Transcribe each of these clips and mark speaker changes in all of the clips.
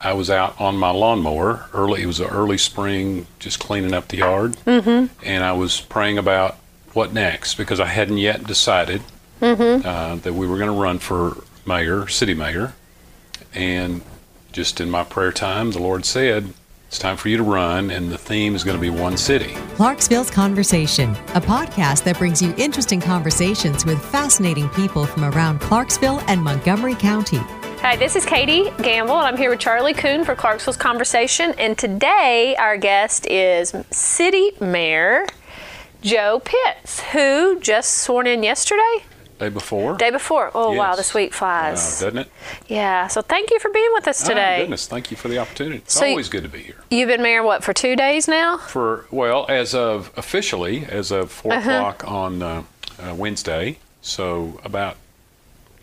Speaker 1: I was out on my lawnmower early. It was an early spring, just cleaning up the yard,
Speaker 2: Mm-hmm.
Speaker 1: and I was praying about what next because I hadn't yet decided
Speaker 2: Mm-hmm.
Speaker 1: uh, that we were going to run for mayor, city mayor, and just in my prayer time, the Lord said, "It's time for you to run, and the theme is going to be one city."
Speaker 3: Clarksville's Conversation, a podcast that brings you interesting conversations with fascinating people from around Clarksville and Montgomery County.
Speaker 2: Hi, this is Katie Gamble, and I'm here with Charlie Kuhn for Clarksville's Conversation. And today, our guest is City Mayor Joe Pitts, who just sworn in yesterday,
Speaker 1: Day before.
Speaker 2: day before. Oh, wow,
Speaker 1: Yes.
Speaker 2: this week
Speaker 1: Wow,
Speaker 2: flies.
Speaker 1: doesn't it?
Speaker 2: yeah, so thank you for being with us
Speaker 1: Oh,
Speaker 2: today.
Speaker 1: goodness, thank you for the opportunity. It's
Speaker 2: So you-
Speaker 1: always good to be here.
Speaker 2: You've been mayor, what, for two days now?
Speaker 1: For well, as of officially, as of 4
Speaker 2: Uh-huh.
Speaker 1: o'clock on uh, uh, Wednesday, so about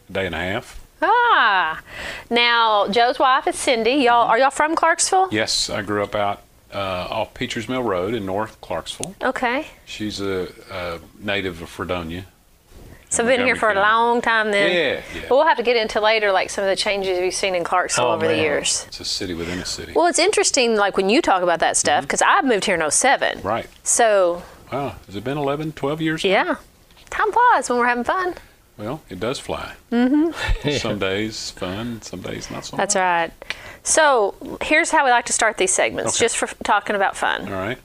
Speaker 1: a day and a half.
Speaker 2: Ah. Now, Joe's wife is Cindy. Y'all, are y'all from Clarksville?
Speaker 1: Yes, I grew up out uh, off Peachers Mill Road in North Clarksville.
Speaker 2: Okay.
Speaker 1: She's a, a native of Fredonia.
Speaker 2: So, been here for a
Speaker 1: Montgomery County.
Speaker 2: long time then.
Speaker 1: Yeah, yeah.
Speaker 2: We'll have to get into later, like some of the changes we've seen in Clarksville
Speaker 4: Oh,
Speaker 2: over the
Speaker 4: man.
Speaker 2: years.
Speaker 1: It's a city within a city.
Speaker 2: Well, it's interesting, like when you talk about that stuff, because I moved here in 07.
Speaker 1: Mm-hmm. right.
Speaker 2: So,
Speaker 1: Wow. Has it been 11, 12 years?
Speaker 2: yeah, time flies when we're having fun.
Speaker 1: Well, it does fly. Some days fun, some days not so
Speaker 2: Mm-hmm.
Speaker 1: much.
Speaker 2: That's right. So, here's how we like to start these segments,
Speaker 1: Okay.
Speaker 2: just for f- talking about fun.
Speaker 1: All right.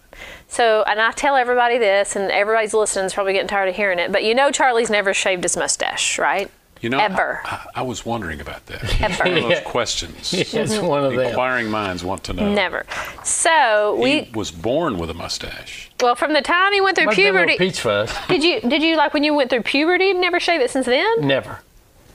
Speaker 2: So, and I tell everybody this, and everybody's listening is probably getting tired of hearing it, but you know, Charlie's never shaved his mustache, right?
Speaker 1: You know, I-
Speaker 2: Ever.
Speaker 1: I, I was wondering about that.
Speaker 2: Ever.
Speaker 1: One of those questions.
Speaker 2: Mm-hmm.
Speaker 4: It's one of them.
Speaker 1: Inquiring minds want to know.
Speaker 2: Never. So we
Speaker 1: he was born with a mustache.
Speaker 2: well from the time he went through
Speaker 4: Might be a little
Speaker 2: puberty.
Speaker 4: peach fuzz.
Speaker 2: Did you did you like when you went through puberty never shave it since then?
Speaker 4: Never.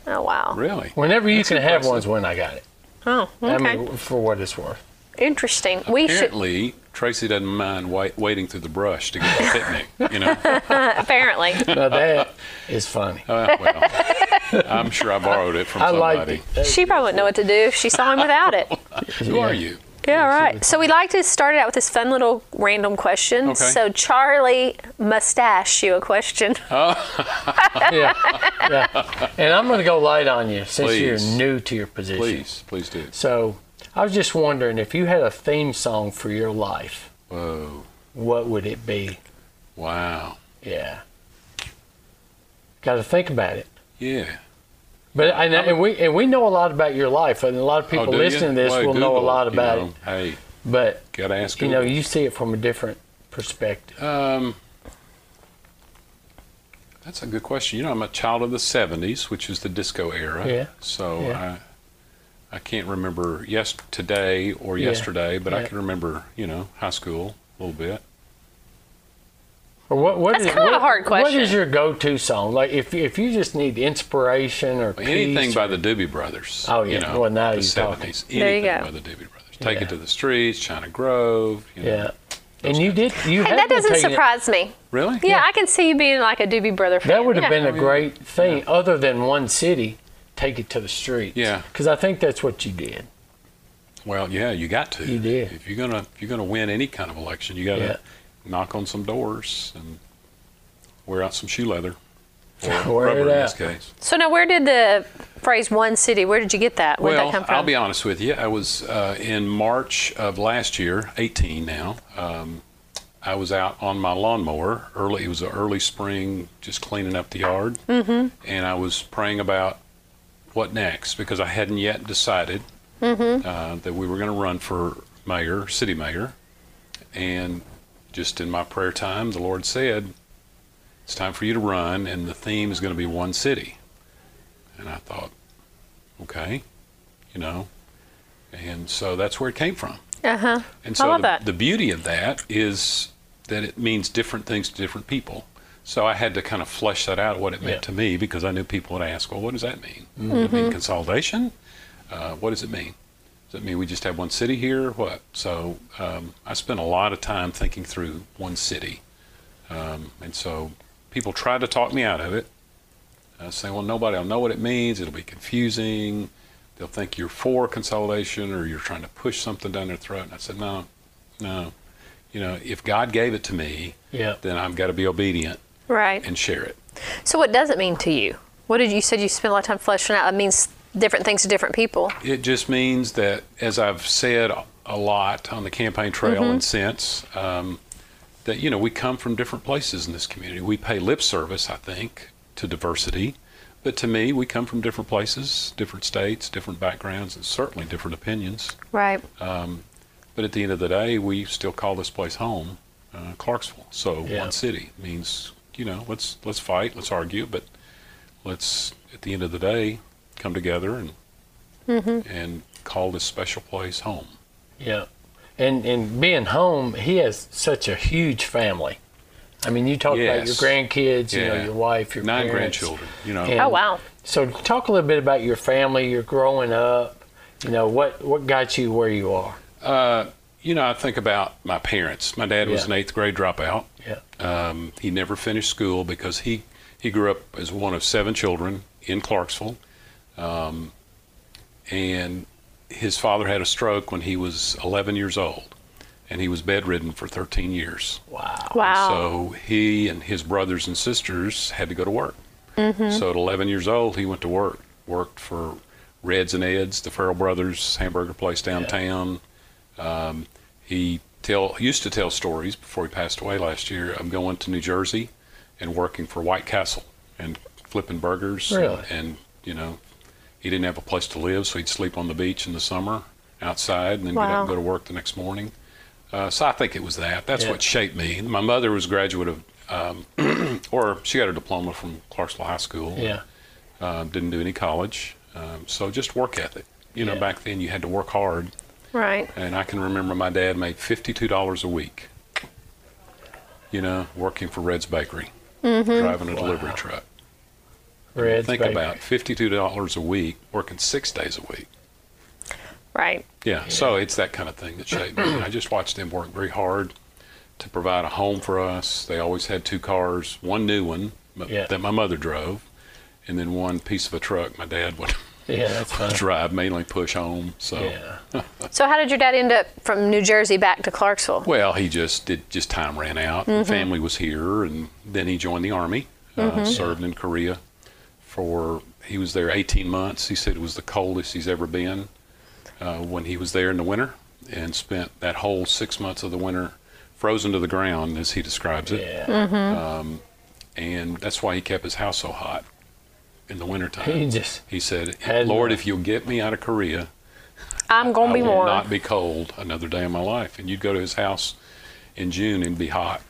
Speaker 2: Oh wow.
Speaker 1: Mm. Really?
Speaker 4: Whenever you can have
Speaker 1: impressive.
Speaker 4: one's when I got it.
Speaker 2: Oh
Speaker 4: I
Speaker 2: okay.
Speaker 4: mean, for what it's worth.
Speaker 2: Interesting. We should
Speaker 1: Apparently, Tracy doesn't mind wait, waiting through the brush to get a picnic. You know.
Speaker 2: apparently.
Speaker 4: Now that is funny.
Speaker 1: Uh, well, I'm sure I borrowed it from
Speaker 4: I like
Speaker 1: somebody.
Speaker 4: it.
Speaker 2: she probably wouldn't know what to do if she saw him without it.
Speaker 1: Who are you?
Speaker 2: Yeah, right. So we like to start it out with this fun little random question.
Speaker 1: Okay.
Speaker 2: So Charlie mustache you a question.
Speaker 4: yeah, yeah. And I'm going to go light on you since
Speaker 1: Please.
Speaker 4: you're new to your position.
Speaker 1: Please, please do.
Speaker 4: So I was just wondering if you had a theme song for your life,
Speaker 1: Whoa,
Speaker 4: what would it be?
Speaker 1: wow,
Speaker 4: Yeah. Got to think about it.
Speaker 1: yeah.
Speaker 4: But and, and we and we know a lot about your life, and a lot of
Speaker 1: Oh,
Speaker 4: people
Speaker 1: do you?
Speaker 4: listening to this
Speaker 1: Well,
Speaker 4: will know a
Speaker 1: Google,
Speaker 4: lot
Speaker 1: you
Speaker 4: about
Speaker 1: know.
Speaker 4: it.
Speaker 1: Hey,
Speaker 4: But
Speaker 1: gotta ask.
Speaker 4: you know,
Speaker 1: Google.
Speaker 4: you see it from a different perspective.
Speaker 1: Um, that's a good question. You know, I'm a child of the '70s, which is the disco era.
Speaker 4: Yeah.
Speaker 1: So
Speaker 4: Yeah.
Speaker 1: I, I can't remember yes today or
Speaker 4: Yeah.
Speaker 1: yesterday, but I
Speaker 4: Yeah.
Speaker 1: can remember you know high school a little bit.
Speaker 4: Or what, what
Speaker 2: That's
Speaker 4: is-
Speaker 2: kinda a
Speaker 4: what-
Speaker 2: hard question.
Speaker 4: What is your go-to song? Like if if you just need inspiration or
Speaker 1: Anything
Speaker 4: peace
Speaker 1: by
Speaker 4: or-
Speaker 1: the Doobie Brothers.
Speaker 4: Oh, yeah.
Speaker 1: You know,
Speaker 4: Well, now
Speaker 1: the
Speaker 4: you're talking.
Speaker 1: 70s.
Speaker 2: There you
Speaker 1: Anything
Speaker 2: go.
Speaker 1: by the Doobie Brothers. Take
Speaker 4: Yeah.
Speaker 1: it to the streets, China Grove. You know.
Speaker 4: yeah. And you did you
Speaker 2: Hey,
Speaker 4: had
Speaker 2: that
Speaker 4: been
Speaker 2: doesn't
Speaker 4: taking it-
Speaker 2: surprise me.
Speaker 1: Really?
Speaker 2: Yeah, I can see you being like a Doobie Brother fan.
Speaker 4: That would have
Speaker 2: Yeah.
Speaker 4: been a great thing, other than one city. Take it to the streets.
Speaker 1: Yeah.
Speaker 4: Because I think that's what you did.
Speaker 1: Well, yeah, you got to.
Speaker 4: You did.
Speaker 1: If you're gonna if you're gonna win any kind of election, you got to
Speaker 4: Yeah.
Speaker 1: knock on some doors and wear out some shoe leather or
Speaker 4: Wear
Speaker 1: rubber
Speaker 4: it
Speaker 1: in this
Speaker 4: out.
Speaker 1: case.
Speaker 2: So now where did the phrase one city, where did you get that? Where did
Speaker 1: well,
Speaker 2: that come from?
Speaker 1: I'll be honest with you. I was uh, in March of last year, 18 now. Um, I was out on my lawnmower early. It was an early spring, just cleaning up the yard, mm-hmm. and I was praying about what next because I hadn't yet decided
Speaker 2: Mm-hmm.
Speaker 1: uh, that we were going to run for mayor, city mayor, and just in my prayer time, the Lord said, "It's time for you to run, and the theme is going to be one city." And I thought, okay, you know, and so that's where it came from.
Speaker 2: uh-huh.
Speaker 1: And so
Speaker 2: love
Speaker 1: the,
Speaker 2: that.
Speaker 1: the beauty of that is that it means different things to different people. So I had to kind of flesh that out, what it meant to
Speaker 4: Yeah.
Speaker 1: me, because I knew people would ask, well, what does that mean? Does it mean consolidation? Uh, what does it mean? Does it mean we just have one city here or what? So um, I spent a lot of time thinking through one city. Um, and so people tried to talk me out of it, uh, saying, well, nobody will know what it means. It'll be confusing. They'll think you're for consolidation or you're trying to push something down their throat. And I said, no, no. You know, if God gave it to me,
Speaker 4: Yeah.
Speaker 1: then I've got to be obedient
Speaker 2: Right.
Speaker 1: and share it.
Speaker 2: So what does it mean to you? What did you, you said you spent a lot of time fleshing out? It means different things to different people.
Speaker 1: It just means that, as I've said a lot on the campaign trail and since, um, that you know we come from different places in this community. We pay lip service, I think, to diversity, but to me, we come from different places, different states, different backgrounds, and certainly different opinions.
Speaker 2: Right.
Speaker 1: But at the end of the day, we still call this place home, uh, Clarksville. So
Speaker 4: Yeah.
Speaker 1: one city means you know let's let's fight, let's argue, but let's at the end of the day come together and and call this special place home.
Speaker 4: Yeah. And and being home, he has such a huge family. I mean, you talk about your
Speaker 1: Yes.
Speaker 4: grandkids, you know,
Speaker 1: Yeah.
Speaker 4: your wife, your
Speaker 1: Nine
Speaker 4: parents.
Speaker 1: grandchildren, you know.
Speaker 4: And
Speaker 2: oh wow.
Speaker 4: So talk a little bit about your family, your growing up. You know what what got you where you are.
Speaker 1: Uh, you know, I think about my parents. My dad was
Speaker 4: Yeah.
Speaker 1: an eighth grade dropout.
Speaker 4: Yeah.
Speaker 1: Um, he never finished school because he he grew up as one of seven children in Clarksville, um, and his father had a stroke when he was 11 years old, and he was bedridden for 13 years.
Speaker 4: Wow.
Speaker 2: Wow.
Speaker 1: So he and his brothers and sisters had to go to work.
Speaker 2: Mm-hmm.
Speaker 1: So at 11 years old, he went to work. Worked for Reds and Eds, the Farrell Brothers hamburger place downtown. Um, he tell used to tell stories before he passed away last year of going to New Jersey and working for White Castle and flipping burgers.
Speaker 4: Really?
Speaker 1: And, you know, he didn't have a place to live, so he'd sleep on the beach in the summer outside and then get up
Speaker 2: Wow.
Speaker 1: and go to work the next morning. Uh, so I think it was that. That's
Speaker 4: Yeah.
Speaker 1: what shaped me. My mother was a graduate of, um, or she got her diploma from Clarksville High School.
Speaker 4: Yeah.
Speaker 1: Um, didn't do any college. Um, so just work ethic. You know,
Speaker 4: Yeah.
Speaker 1: back then you had to work hard.
Speaker 2: Right.
Speaker 1: And I can remember my dad made $52 a week, you know, working for Red's Bakery, driving a delivery
Speaker 4: Mm-hmm. Wow.
Speaker 1: truck.
Speaker 4: Reds,
Speaker 1: Think
Speaker 4: baby.
Speaker 1: about $52 a week, working six days a week.
Speaker 2: Right.
Speaker 1: Yeah, so it's that kind of thing that shaped me. I just watched them work very hard to provide a home for us. They always had two cars, one new one m-
Speaker 4: Yeah.
Speaker 1: that my mother drove, and then one piece of a truck my dad would
Speaker 4: Yeah, that's fun.
Speaker 1: drive, mainly push home. So,
Speaker 4: Yeah.
Speaker 2: So how did your dad end up from New Jersey back to Clarksville?
Speaker 1: well, he just did. Just time ran out. and Family was here, and then he joined the army. Uh, served in Korea for he was there 18 months. He said it was the coldest he's ever been uh, when he was there in the winter, and spent that whole six months of the winter frozen to the ground, as he describes it.
Speaker 4: Yeah.
Speaker 1: And that's why he kept his house so hot in the wintertime.
Speaker 4: He just
Speaker 1: He said,
Speaker 4: Had
Speaker 1: "Lord,
Speaker 4: enough.
Speaker 1: if you'll get me out of Korea,
Speaker 2: I'm gonna
Speaker 1: I
Speaker 2: be
Speaker 1: will
Speaker 2: warm.
Speaker 1: not be cold another day of my life. And you'd go to his house in June and be hot.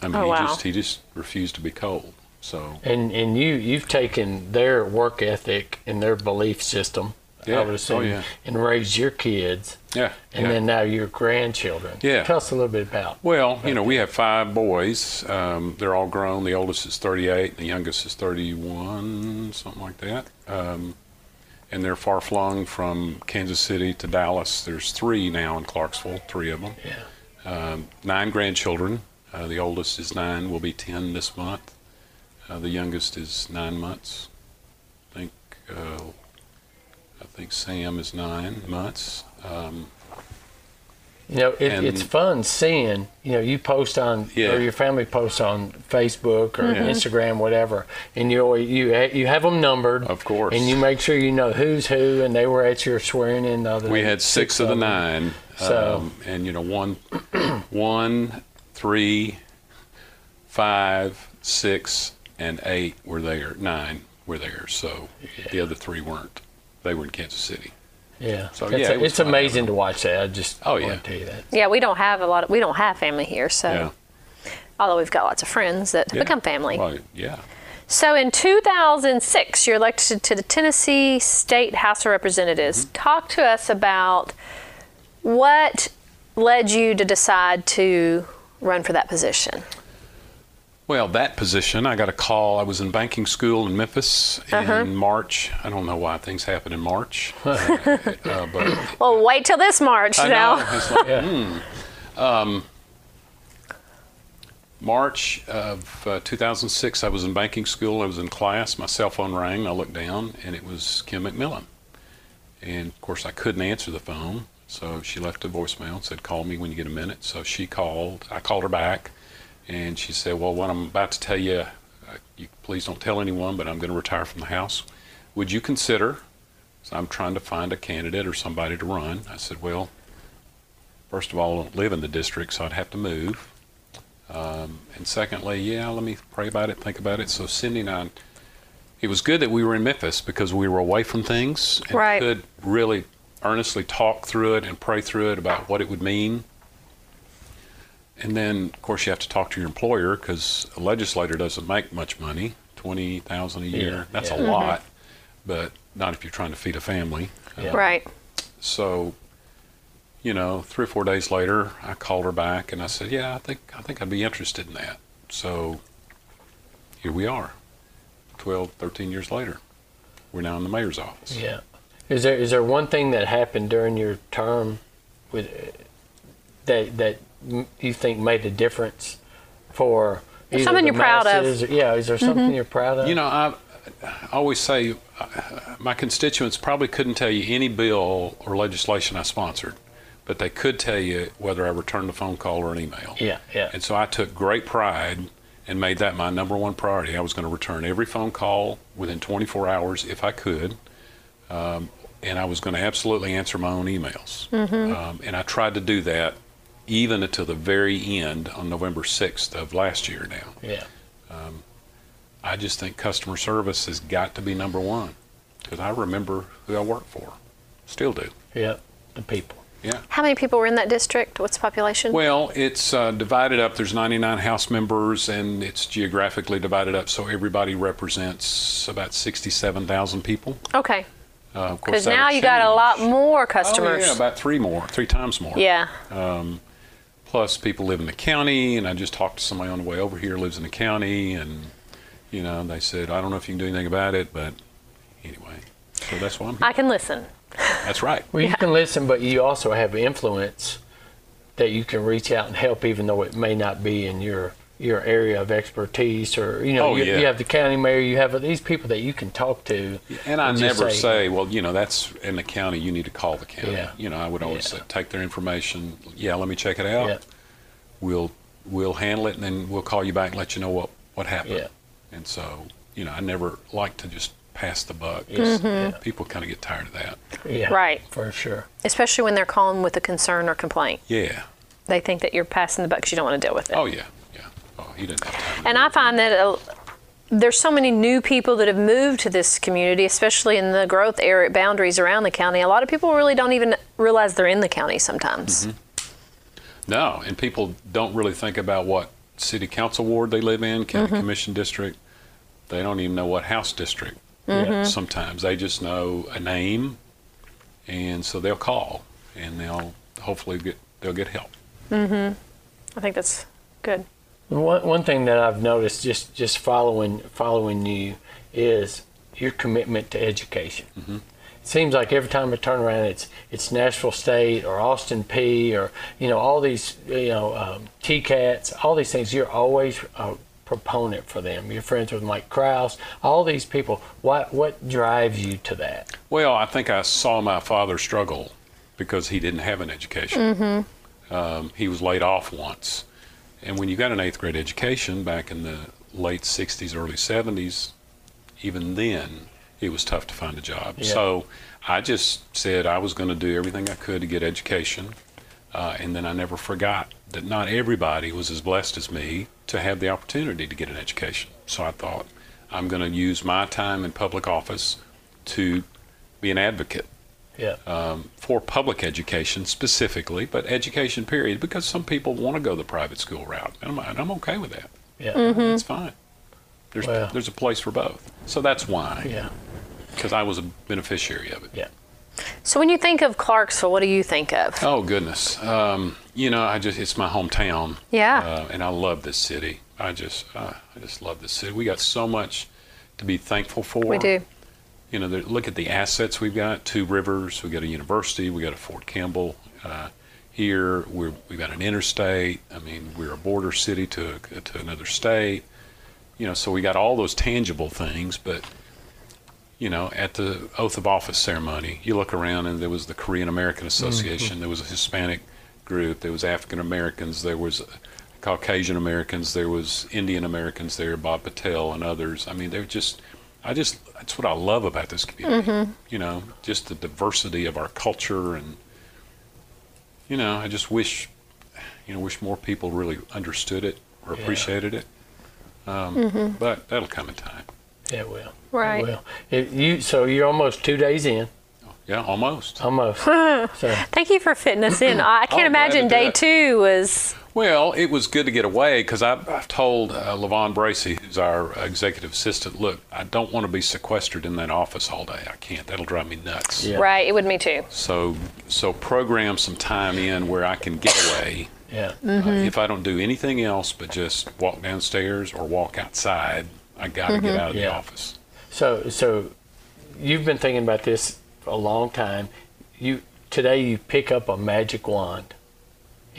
Speaker 1: I mean,
Speaker 2: Oh,
Speaker 1: he
Speaker 2: wow.
Speaker 1: just he just refused to be cold. So
Speaker 4: and and you you've taken their work ethic and their belief system.
Speaker 1: Yeah.
Speaker 4: I would
Speaker 1: Oh,
Speaker 4: assume,
Speaker 1: yeah.
Speaker 4: and raised your kids,
Speaker 1: yeah,
Speaker 4: and
Speaker 1: yeah.
Speaker 4: then now your grandchildren.
Speaker 1: Yeah.
Speaker 4: Tell us a little bit about.
Speaker 1: well, you know, we have five boys. Um, they're all grown. The oldest is 38, and the youngest is 31, something like that. Um, and they're far flung from Kansas City to Dallas. There's three now in Clarksville, three of them.
Speaker 4: Yeah.
Speaker 1: um, nine grandchildren. Uh, the oldest is nine, will be 10 this month. Uh, the youngest is nine months. I think, uh, I think Sam is nine months. Um,
Speaker 4: You know, it,
Speaker 1: And-
Speaker 4: it's fun seeing, you know, you post on,
Speaker 1: Yeah.
Speaker 4: or your family posts on Facebook or
Speaker 2: Mm-hmm.
Speaker 1: Yeah.
Speaker 4: Instagram, whatever, and you always, you, ha- you have them numbered.
Speaker 1: Of course.
Speaker 4: And you make sure you know who's who, and they were at your swearing in the other
Speaker 1: we had six, of the
Speaker 4: them.
Speaker 1: nine.
Speaker 4: So-
Speaker 1: um, and, you know, one, one, three, five, six, and eight were there. Nine were there. So the other three weren't. They were in Kansas City.
Speaker 4: Yeah.
Speaker 1: So,
Speaker 4: That's
Speaker 1: yeah,
Speaker 4: a-
Speaker 1: it was
Speaker 4: it's
Speaker 1: fun having
Speaker 4: amazing to watch that. I just
Speaker 1: Oh,
Speaker 4: want
Speaker 1: yeah.
Speaker 4: to tell you that.
Speaker 2: yeah, we don't have a lot of we don't have family here, so
Speaker 1: Yeah.
Speaker 2: although we've got lots of friends that
Speaker 1: Yeah.
Speaker 2: become family.
Speaker 1: Well, yeah.
Speaker 2: So in 2006, you're elected to the Tennessee State House of Representatives.
Speaker 1: Mm-hmm.
Speaker 2: Talk to us about what led you to decide to run for that position.
Speaker 1: Well, that position, I got a call. I was in banking school in Memphis in March. I don't know why things happen in March, uh, uh, but
Speaker 2: Well, wait till this March
Speaker 1: I
Speaker 2: now.
Speaker 1: know. It's like,
Speaker 4: Yeah.
Speaker 1: hmm. Um, March of uh, 2006, I was in banking school. I was in class. My cell phone rang. I looked down, and it was Kim McMillan. And of course, I couldn't answer the phone, so she left a voicemail and said, "Call me when you get a minute." So she called. I called her back, and she said, "Well, what I'm about to tell you, uh, you please don't tell anyone, but I'm going to retire from the House. Would you consider So I'm trying to find a candidate or somebody to run. I said, well, first of all, I don't live in the district, so I'd have to move. Um, and secondly, yeah, let me pray about it, think about it. So Cindy and I, it was good that we were in Memphis because we were away from things and
Speaker 2: Right.
Speaker 1: could really earnestly talk through it and pray through it about what it would mean. And then, of course, you have to talk to your employer because a legislator doesn't make much money twenty thousand a year.
Speaker 4: Yeah,
Speaker 1: That's a
Speaker 4: yeah.
Speaker 1: lot, but not if you're trying to feed a family.
Speaker 4: Yeah.
Speaker 2: Right.
Speaker 1: So, you know, three or four days later, I called her back and I said, "Yeah, I think I think I'd be interested in that." So, here we are, 12, 13 years later. We're now in the mayor's office.
Speaker 4: Yeah. Is there is there one thing that happened during your term with that that m- you think made a difference for either
Speaker 2: something
Speaker 4: the
Speaker 2: you're proud of. Mm-hmm.
Speaker 4: masses or- yeah. Is there something you're proud of?
Speaker 1: You know, I, I always say uh, my constituents probably couldn't tell you any bill or legislation I sponsored, but they could tell you whether I returned a phone call or an email.
Speaker 4: Yeah. Yeah.
Speaker 1: And so I took great pride and made that my number one priority. I was going to return every phone call within 24 hours if I could. Um, and I was going to absolutely answer my own emails. Um, and I tried to do that even until the very end on November 6th of last year now.
Speaker 4: yeah.
Speaker 1: I just think customer service has got to be number one because I remember who I work for. Still do.
Speaker 4: Yeah. The people.
Speaker 2: How many people were in that district? What's the population?
Speaker 1: Well, it's uh, divided up. There's 99 House members, and it's geographically divided up, so everybody represents about 67,000 people.
Speaker 2: Okay.
Speaker 1: Uh, of course,
Speaker 2: Because now
Speaker 1: that'll
Speaker 2: you got a lot
Speaker 1: change.
Speaker 2: more
Speaker 1: Oh,
Speaker 2: customers.
Speaker 1: yeah, about three more, three times more. Um,
Speaker 2: Yeah.
Speaker 1: Plus, people live in the county, and I just talked to somebody on the way over here lives in the county, and you know, they said, I don't know if you can do anything about it, but anyway. So that's why I'm here.
Speaker 2: I can listen.
Speaker 1: That's right.
Speaker 4: Well, you can listen, but you also have influence that you can reach out and help, even though it may not be in your your area of expertise, or you know,
Speaker 1: Oh,
Speaker 4: you,
Speaker 1: yeah.
Speaker 4: you have the county mayor, you have these people that you can talk to.
Speaker 1: And I
Speaker 4: just
Speaker 1: never say, well, you know, that's in the county. You need to call the county.
Speaker 4: Yeah.
Speaker 1: You know, I would always
Speaker 4: Yeah.
Speaker 1: say, take their information. Yeah, let me check it out.
Speaker 4: Yeah.
Speaker 1: We'll we'll handle it, and then we'll call you back and let you know what what happened.
Speaker 4: Yeah.
Speaker 1: And so, you know, I never like to just pass the buck. 'cause
Speaker 2: Mm-hmm.
Speaker 4: Yes, yeah,
Speaker 1: People kind of get tired of that.
Speaker 4: yeah,
Speaker 2: Right.
Speaker 4: for sure.
Speaker 2: Especially when they're calling with a concern or complaint.
Speaker 1: Yeah.
Speaker 2: They think that you're passing the buck 'cause you don't want to deal with it.
Speaker 1: Oh yeah. Yeah. Oh, he didn't have time. to
Speaker 2: And
Speaker 1: do
Speaker 2: I
Speaker 1: it.
Speaker 2: find that uh, there's so many new people that have moved to this community, especially in the growth area boundaries around the county. A lot of people really don't even realize they're in the county sometimes.
Speaker 1: Mm-hmm. No, and people don't really think about what city council ward they live in,
Speaker 2: Mm-hmm.
Speaker 1: county commission district. They don't even know what house district.
Speaker 4: Yeah.
Speaker 1: Sometimes they just know a name, and so they'll call and they'll hopefully get they'll get help.
Speaker 2: I think that's good.
Speaker 4: One one thing that I've noticed just just following following you is your commitment to education. Seems like every time I turn around, it's it's Nashville State or Austin P or you know all these you know um, TCATs, all these things. You're always a proponent for them. You're friends with Mike Kraus, all these people. What what drives you to that?
Speaker 1: Well, I think I saw my father struggle because he didn't have an education. Um, he was laid off once. And when you got an eighth grade education back in the late 60s, early 70s, even then, it was tough to find a job.
Speaker 4: Yeah.
Speaker 1: So I just said I was going to do everything I could to get education. Uh, and then I never forgot that not everybody was as blessed as me to have the opportunity to get an education. So I thought, I'm going to use my time in public office to be an advocate
Speaker 4: Yeah,
Speaker 1: um, for public education specifically, but education period, because some people want to go the private school route, and I'm, and I'm okay with that.
Speaker 4: yeah,
Speaker 2: Mm-hmm.
Speaker 1: That's fine. There's
Speaker 4: Well.
Speaker 1: there's a place for both, so that's why,
Speaker 4: yeah,
Speaker 1: because I was a beneficiary of it.
Speaker 4: yeah.
Speaker 2: So when you think of Clarksville, what do you think of?
Speaker 1: Oh goodness, um, you know, I just it's my hometown.
Speaker 2: Yeah.
Speaker 1: uh, and I love this city. I just uh, I just love this city. We got so much to be thankful for.
Speaker 2: we do.
Speaker 1: you know, there- look at the assets we've got. Two rivers, we got a university, we got a Fort Campbell uh, here. We're, we've got an interstate. I mean, we're a border city to to another state. You know, so we got all those tangible things. But you know, at the oath of office ceremony, you look around and there was the Korean American Association. There was a Hispanic group. There was African Americans. There was Caucasian Americans. There was Indian Americans there. Bob Patel and others. I mean, they're just I just that's what I love about this community. You know, just the diversity of our culture, and you know, I just wish, you know, wish more people really understood it or
Speaker 4: Yeah.
Speaker 1: appreciated it. Um, But that'll come in time.
Speaker 4: Yeah, it will.
Speaker 2: Right.
Speaker 4: It will. If you so you're almost two days in,
Speaker 1: Yeah, almost.
Speaker 4: almost. so
Speaker 2: Thank you for fitting us in. I I can't
Speaker 1: I'm glad to
Speaker 2: imagine
Speaker 1: do
Speaker 2: day
Speaker 1: it.
Speaker 2: two was.
Speaker 1: Well, it was good to get away because I've, I've told uh, Levon Bracey, who's our executive assistant, look, I don't want to be sequestered in that office all day. I can't. That'll drive me nuts.
Speaker 4: Yeah.
Speaker 2: Right, it would me too.
Speaker 1: So, so program some time in where I can get away.
Speaker 4: yeah.
Speaker 1: Uh, if I don't do anything else but just walk downstairs or walk outside, I got to get out of the
Speaker 4: Mm-hmm. Yeah.
Speaker 1: office.
Speaker 4: So so you've been thinking about this for a long time. You today you pick up a magic wand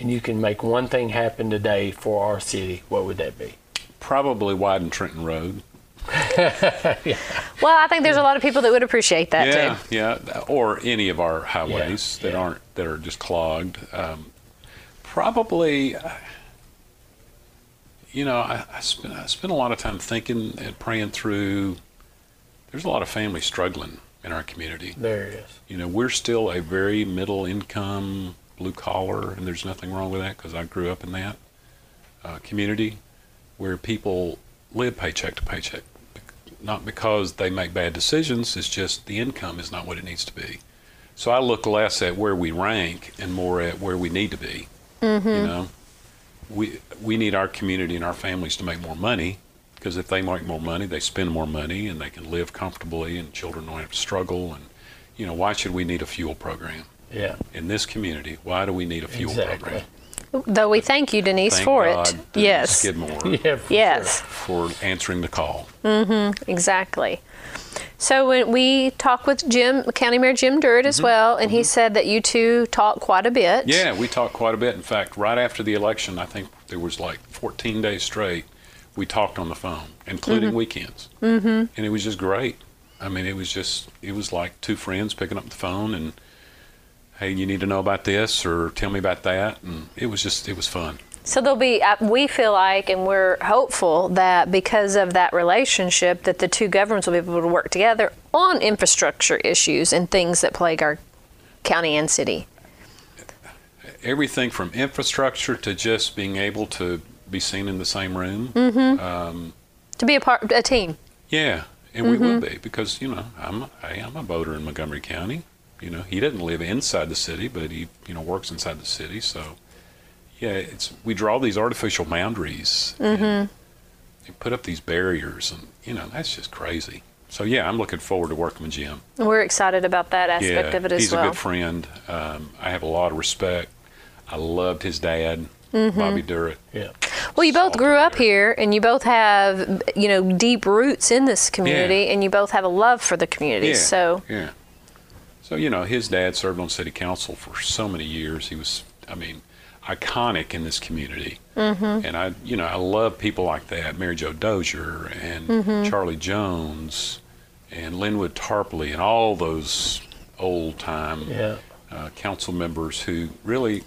Speaker 4: and you can make one thing happen today for our city. What would that be?
Speaker 1: Probably widen Trenton Road.
Speaker 2: Well, I think there's a lot of people that would appreciate that
Speaker 1: yeah,
Speaker 2: too.
Speaker 1: yeah, or any of our highways
Speaker 4: Yeah,
Speaker 1: that
Speaker 4: yeah.
Speaker 1: aren't that are just clogged. Um, probably, uh, you know, I, I spend I spend a lot of time thinking and praying through. There's a lot of families struggling in our community.
Speaker 4: There it is.
Speaker 1: You know, we're still a very middle income, blue collar, and there's nothing wrong with that because I grew up in that uh, community where people live paycheck to paycheck. Not because they make bad decisions, it's just the income is not what it needs to be. So I look less at where we rank and more at where we need to be. You know, we we need our community and our families to make more money because if they make more money, they spend more money and they can live comfortably and children don't have to struggle and you know, why should we need a fuel program
Speaker 4: Yeah.
Speaker 1: in this community? Why do we need a fuel
Speaker 4: Exactly.
Speaker 1: program?
Speaker 2: Though we thank you, Denise,
Speaker 1: Thank
Speaker 2: for
Speaker 1: God
Speaker 2: it.
Speaker 1: to
Speaker 2: Yes.
Speaker 1: Skidmore
Speaker 4: Yeah. for
Speaker 2: Yes,
Speaker 1: for answering the call.
Speaker 2: exactly. So when we talked with Jim, County Mayor Jim Durrett as well, and he said that you two talk quite a bit.
Speaker 1: Mm-hmm. Yeah, we talked quite a bit. In fact, right after the election, I think there was like 14 days straight, we talked on the phone, including weekends. Mm-hmm. And it was just great. I mean, it was just, it was like two friends picking up the phone and, hey, you need to know about this or tell me about that. And it was just, it was fun.
Speaker 2: So there'll be, uh, we feel like, and we're hopeful that because of that relationship, that the two governments will be able to work together on infrastructure issues and things that plague our county and city.
Speaker 1: everything from infrastructure to just being able to be seen in the same room.
Speaker 2: Mm. To be a part, a team.
Speaker 1: Yeah, and we will
Speaker 2: Mm-hmm.
Speaker 1: be because you know I'm I am a voter in Montgomery County. You know he doesn't live inside the city, but he you know works inside the city. So yeah, it's we draw these artificial boundaries
Speaker 2: Mm-hmm.
Speaker 1: and, and put up these barriers, and you know that's just crazy. So yeah, I'm looking forward to working with Jim.
Speaker 2: We're excited about that aspect
Speaker 1: yeah,
Speaker 2: of it as
Speaker 1: he's
Speaker 2: well.
Speaker 1: a good friend. Um, I have a lot of respect. I loved his dad,
Speaker 2: Mm-hmm.
Speaker 1: Bobby Durrett.
Speaker 4: Sure. Yeah.
Speaker 2: Well, you both
Speaker 1: Salt
Speaker 2: grew
Speaker 1: and
Speaker 2: up
Speaker 1: pepper.
Speaker 2: here, and you both have, you know, deep roots in this community,
Speaker 1: Yeah.
Speaker 2: and you both have a love for the community.
Speaker 1: Yeah,
Speaker 2: So,
Speaker 1: yeah. So you know, his dad served on city council for so many years. He was, I mean, iconic in this community. Mm-hmm. And I, you know, I love people like that. Mary Jo Dozier and
Speaker 2: Mm-hmm.
Speaker 1: Charlie Jones and Linwood Tarpley and all those old time
Speaker 4: Yeah.
Speaker 1: uh, council members who really,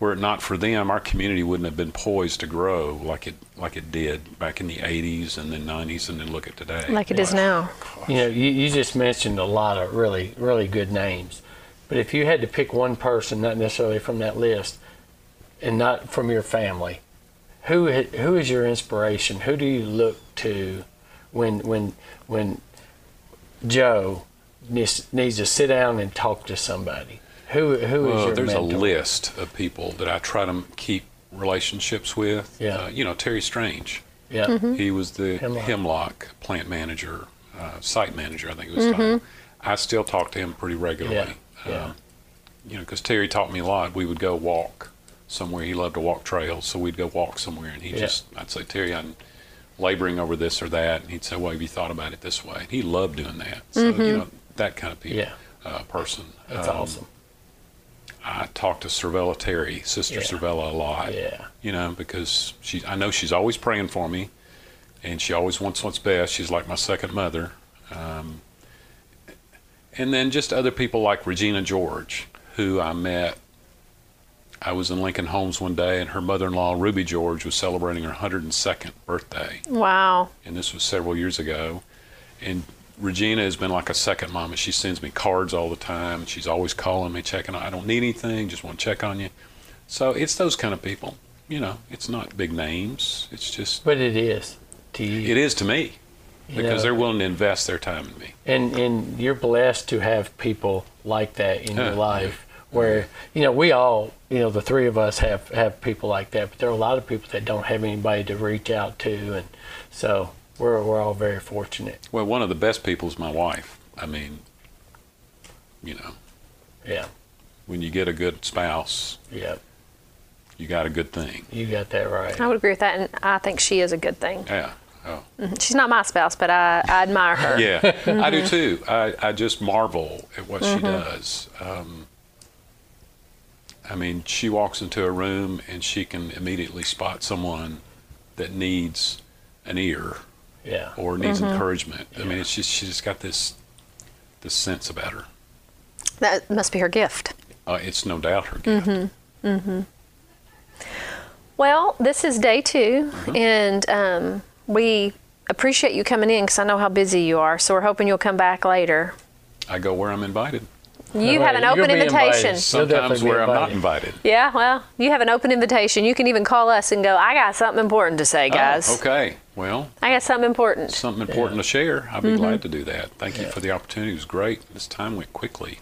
Speaker 1: were it not for them, our community wouldn't have been poised to grow like it like it did back in the '80s and then '90s, and then look at today.
Speaker 2: like it is now.
Speaker 4: You know, you, you just mentioned a lot of really, really good names. But if you had to pick one person, not necessarily from that list, and not from your family, who ha- who is your inspiration? Who do you look to when when when Joe needs, needs to sit down and talk to somebody? Who who is
Speaker 1: Well,
Speaker 4: your
Speaker 1: there's
Speaker 4: mentor?
Speaker 1: a list of people that I try to m- keep relationships with.
Speaker 4: Yeah.
Speaker 1: Uh, you know, Terry Strange.
Speaker 4: Yeah,
Speaker 1: He was the
Speaker 4: Hemlock.
Speaker 1: Hemlock, plant manager, uh, site manager, I think it was. titled. I still talk to him pretty regularly.
Speaker 4: yeah, Mm-hmm. yeah,
Speaker 1: Um, you know, because Terry taught me a lot. We would go walk somewhere. He loved to walk trails, so we'd go walk somewhere, and he
Speaker 4: Yeah.
Speaker 1: just, I'd say, Terry, I'm laboring over this or that, and he'd say, Well, have you thought about it this way? And he loved doing that. So you know, that kind of people,
Speaker 4: Mm-hmm. Yeah.
Speaker 1: uh, person.
Speaker 4: that's
Speaker 1: Um,
Speaker 4: awesome.
Speaker 1: I talk to Cervella Terry, Sister
Speaker 4: Yeah.
Speaker 1: Cervella, a lot.
Speaker 4: Yeah,
Speaker 1: You know, because she, I know she's always praying for me, and she always wants what's best. She's like my second mother. Um, and then just other people like Regina George, who I met. I was in Lincoln Homes one day, and her mother-in-law Ruby George was celebrating her 102nd birthday,
Speaker 2: Wow.
Speaker 1: and this was several years ago. and Regina has been like a second mom, and she sends me cards all the time. And she's always calling me, checking. on I don't need anything, just want to check on you. So it's those kind of people. You know, it's not big names. It's just
Speaker 4: But it is to you.
Speaker 1: it is to me
Speaker 4: you
Speaker 1: because
Speaker 4: know.
Speaker 1: they're willing to invest their time in me.
Speaker 4: and and you're blessed to have people like that in
Speaker 1: Yeah.
Speaker 4: your life where you know we all you know the three of us have have people like that but there are a lot of people that don't have anybody to reach out to and so we're we're all very fortunate
Speaker 1: Well, one of the best people is my wife. I mean, you know,
Speaker 4: yeah
Speaker 1: when you get a good spouse,
Speaker 4: yeah
Speaker 1: you got a good thing.
Speaker 4: you got that right
Speaker 2: I would agree with that, and I think she is a good thing.
Speaker 1: Yeah. Oh.
Speaker 2: She's not my spouse, but I, I admire her.
Speaker 1: Yeah, I do too. I, I just marvel at what
Speaker 4: Mm-hmm.
Speaker 1: she does. Um, I mean, she walks into a room and she can immediately spot someone that needs an ear
Speaker 4: yeah
Speaker 1: or needs
Speaker 4: Mm-hmm.
Speaker 1: encouragement. I mean, it's just she just got this this sense about her.
Speaker 2: That must be her gift.
Speaker 1: Uh, it's no doubt her
Speaker 4: Mm.
Speaker 1: gift.
Speaker 2: Well, this is day 2 and um, we appreciate you coming in because I know how busy you are. So we're hoping you'll come back later.
Speaker 1: I go where I'm invited.
Speaker 2: You have an
Speaker 4: You'll
Speaker 2: open
Speaker 4: be
Speaker 2: invitation.
Speaker 4: invited. You'll
Speaker 1: Sometimes
Speaker 4: definitely be
Speaker 1: where I'm not
Speaker 4: invited.
Speaker 1: invited.
Speaker 2: Yeah, well, you have an open invitation. You can even call us and go, I got something important to say, guys.
Speaker 1: Oh, okay. Well,
Speaker 2: I got something important.
Speaker 1: something important to share. I'd be
Speaker 4: Mm-hmm.
Speaker 1: glad to do that. Thank you for the opportunity. It was great. This time went quickly.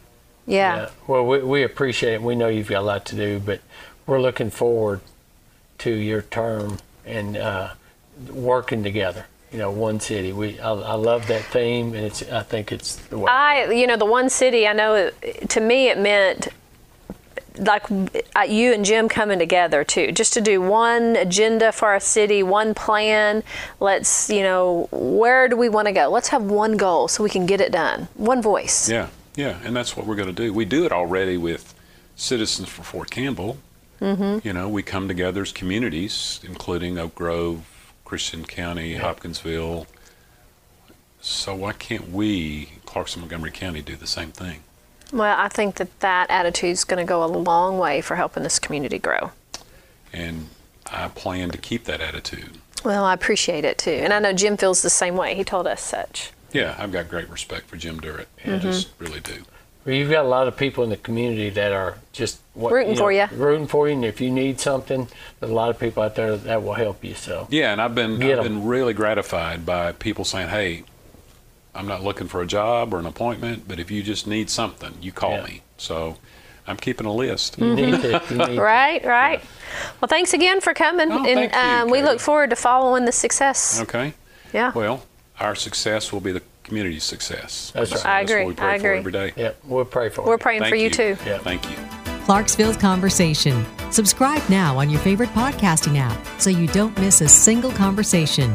Speaker 2: Yeah.
Speaker 4: Yeah. Well, we, we appreciate it. We know you've got a lot to do, but we're looking forward to your term and uh, working together. You know, one city. We I, I love that theme, and it's I think it's the way.
Speaker 2: I, you know, the one city I know, it, to me, it meant like uh, you and Jim coming together too, just to do one agenda for our city, one plan. Let's, you know, where do we want to go? Let's have one goal so we can get it done. One voice.
Speaker 1: Yeah, yeah, and that's what we're going to do. We do it already with Citizens for Fort Campbell. Mm-hmm. You know, we come together as communities, including Oak Grove, Christian County, Hopkinsville. So why can't we, Clarkson Montgomery County, do the same thing?
Speaker 2: Well, I think that that attitude's going to go a long way for helping this community grow.
Speaker 1: And I plan to keep that attitude.
Speaker 2: Well, I appreciate it too, and I know Jim feels the same way. He told us such.
Speaker 1: Yeah, I've got great respect for Jim Durrett. I just really do.
Speaker 4: Well, you've got a lot of people in the community that are just what,
Speaker 2: Rooting for ya.
Speaker 4: rooting for you. And if you need something, there's a lot of people out there that will help you. So
Speaker 1: Yeah, and I've been
Speaker 4: Get
Speaker 1: I've
Speaker 4: 'em.
Speaker 1: been really gratified by people saying, "Hey, I'm not looking for a job or an appointment, but if you just need something, you call
Speaker 4: Yeah. Hmm.
Speaker 1: me." So, I'm keeping a list.
Speaker 4: you need to. You need
Speaker 2: Right, right. Well, thanks again for coming,
Speaker 1: Oh,
Speaker 2: and
Speaker 1: thank you,
Speaker 2: um, we
Speaker 1: Kayla.
Speaker 2: look forward to following the success.
Speaker 1: Okay.
Speaker 2: Yeah.
Speaker 1: Well, our success will be the community's success.
Speaker 4: That's right.
Speaker 1: So
Speaker 2: I
Speaker 1: what
Speaker 2: agree.
Speaker 1: we pray
Speaker 2: I
Speaker 1: for
Speaker 2: agree.
Speaker 1: every day.
Speaker 4: Yeah, we'll pray for
Speaker 2: We're
Speaker 4: you.
Speaker 2: praying for you, too.
Speaker 1: Yeah.
Speaker 4: Yeah.
Speaker 1: Thank you.
Speaker 3: Clarksville Conversation. Subscribe now on your favorite podcasting app so you don't miss a single conversation.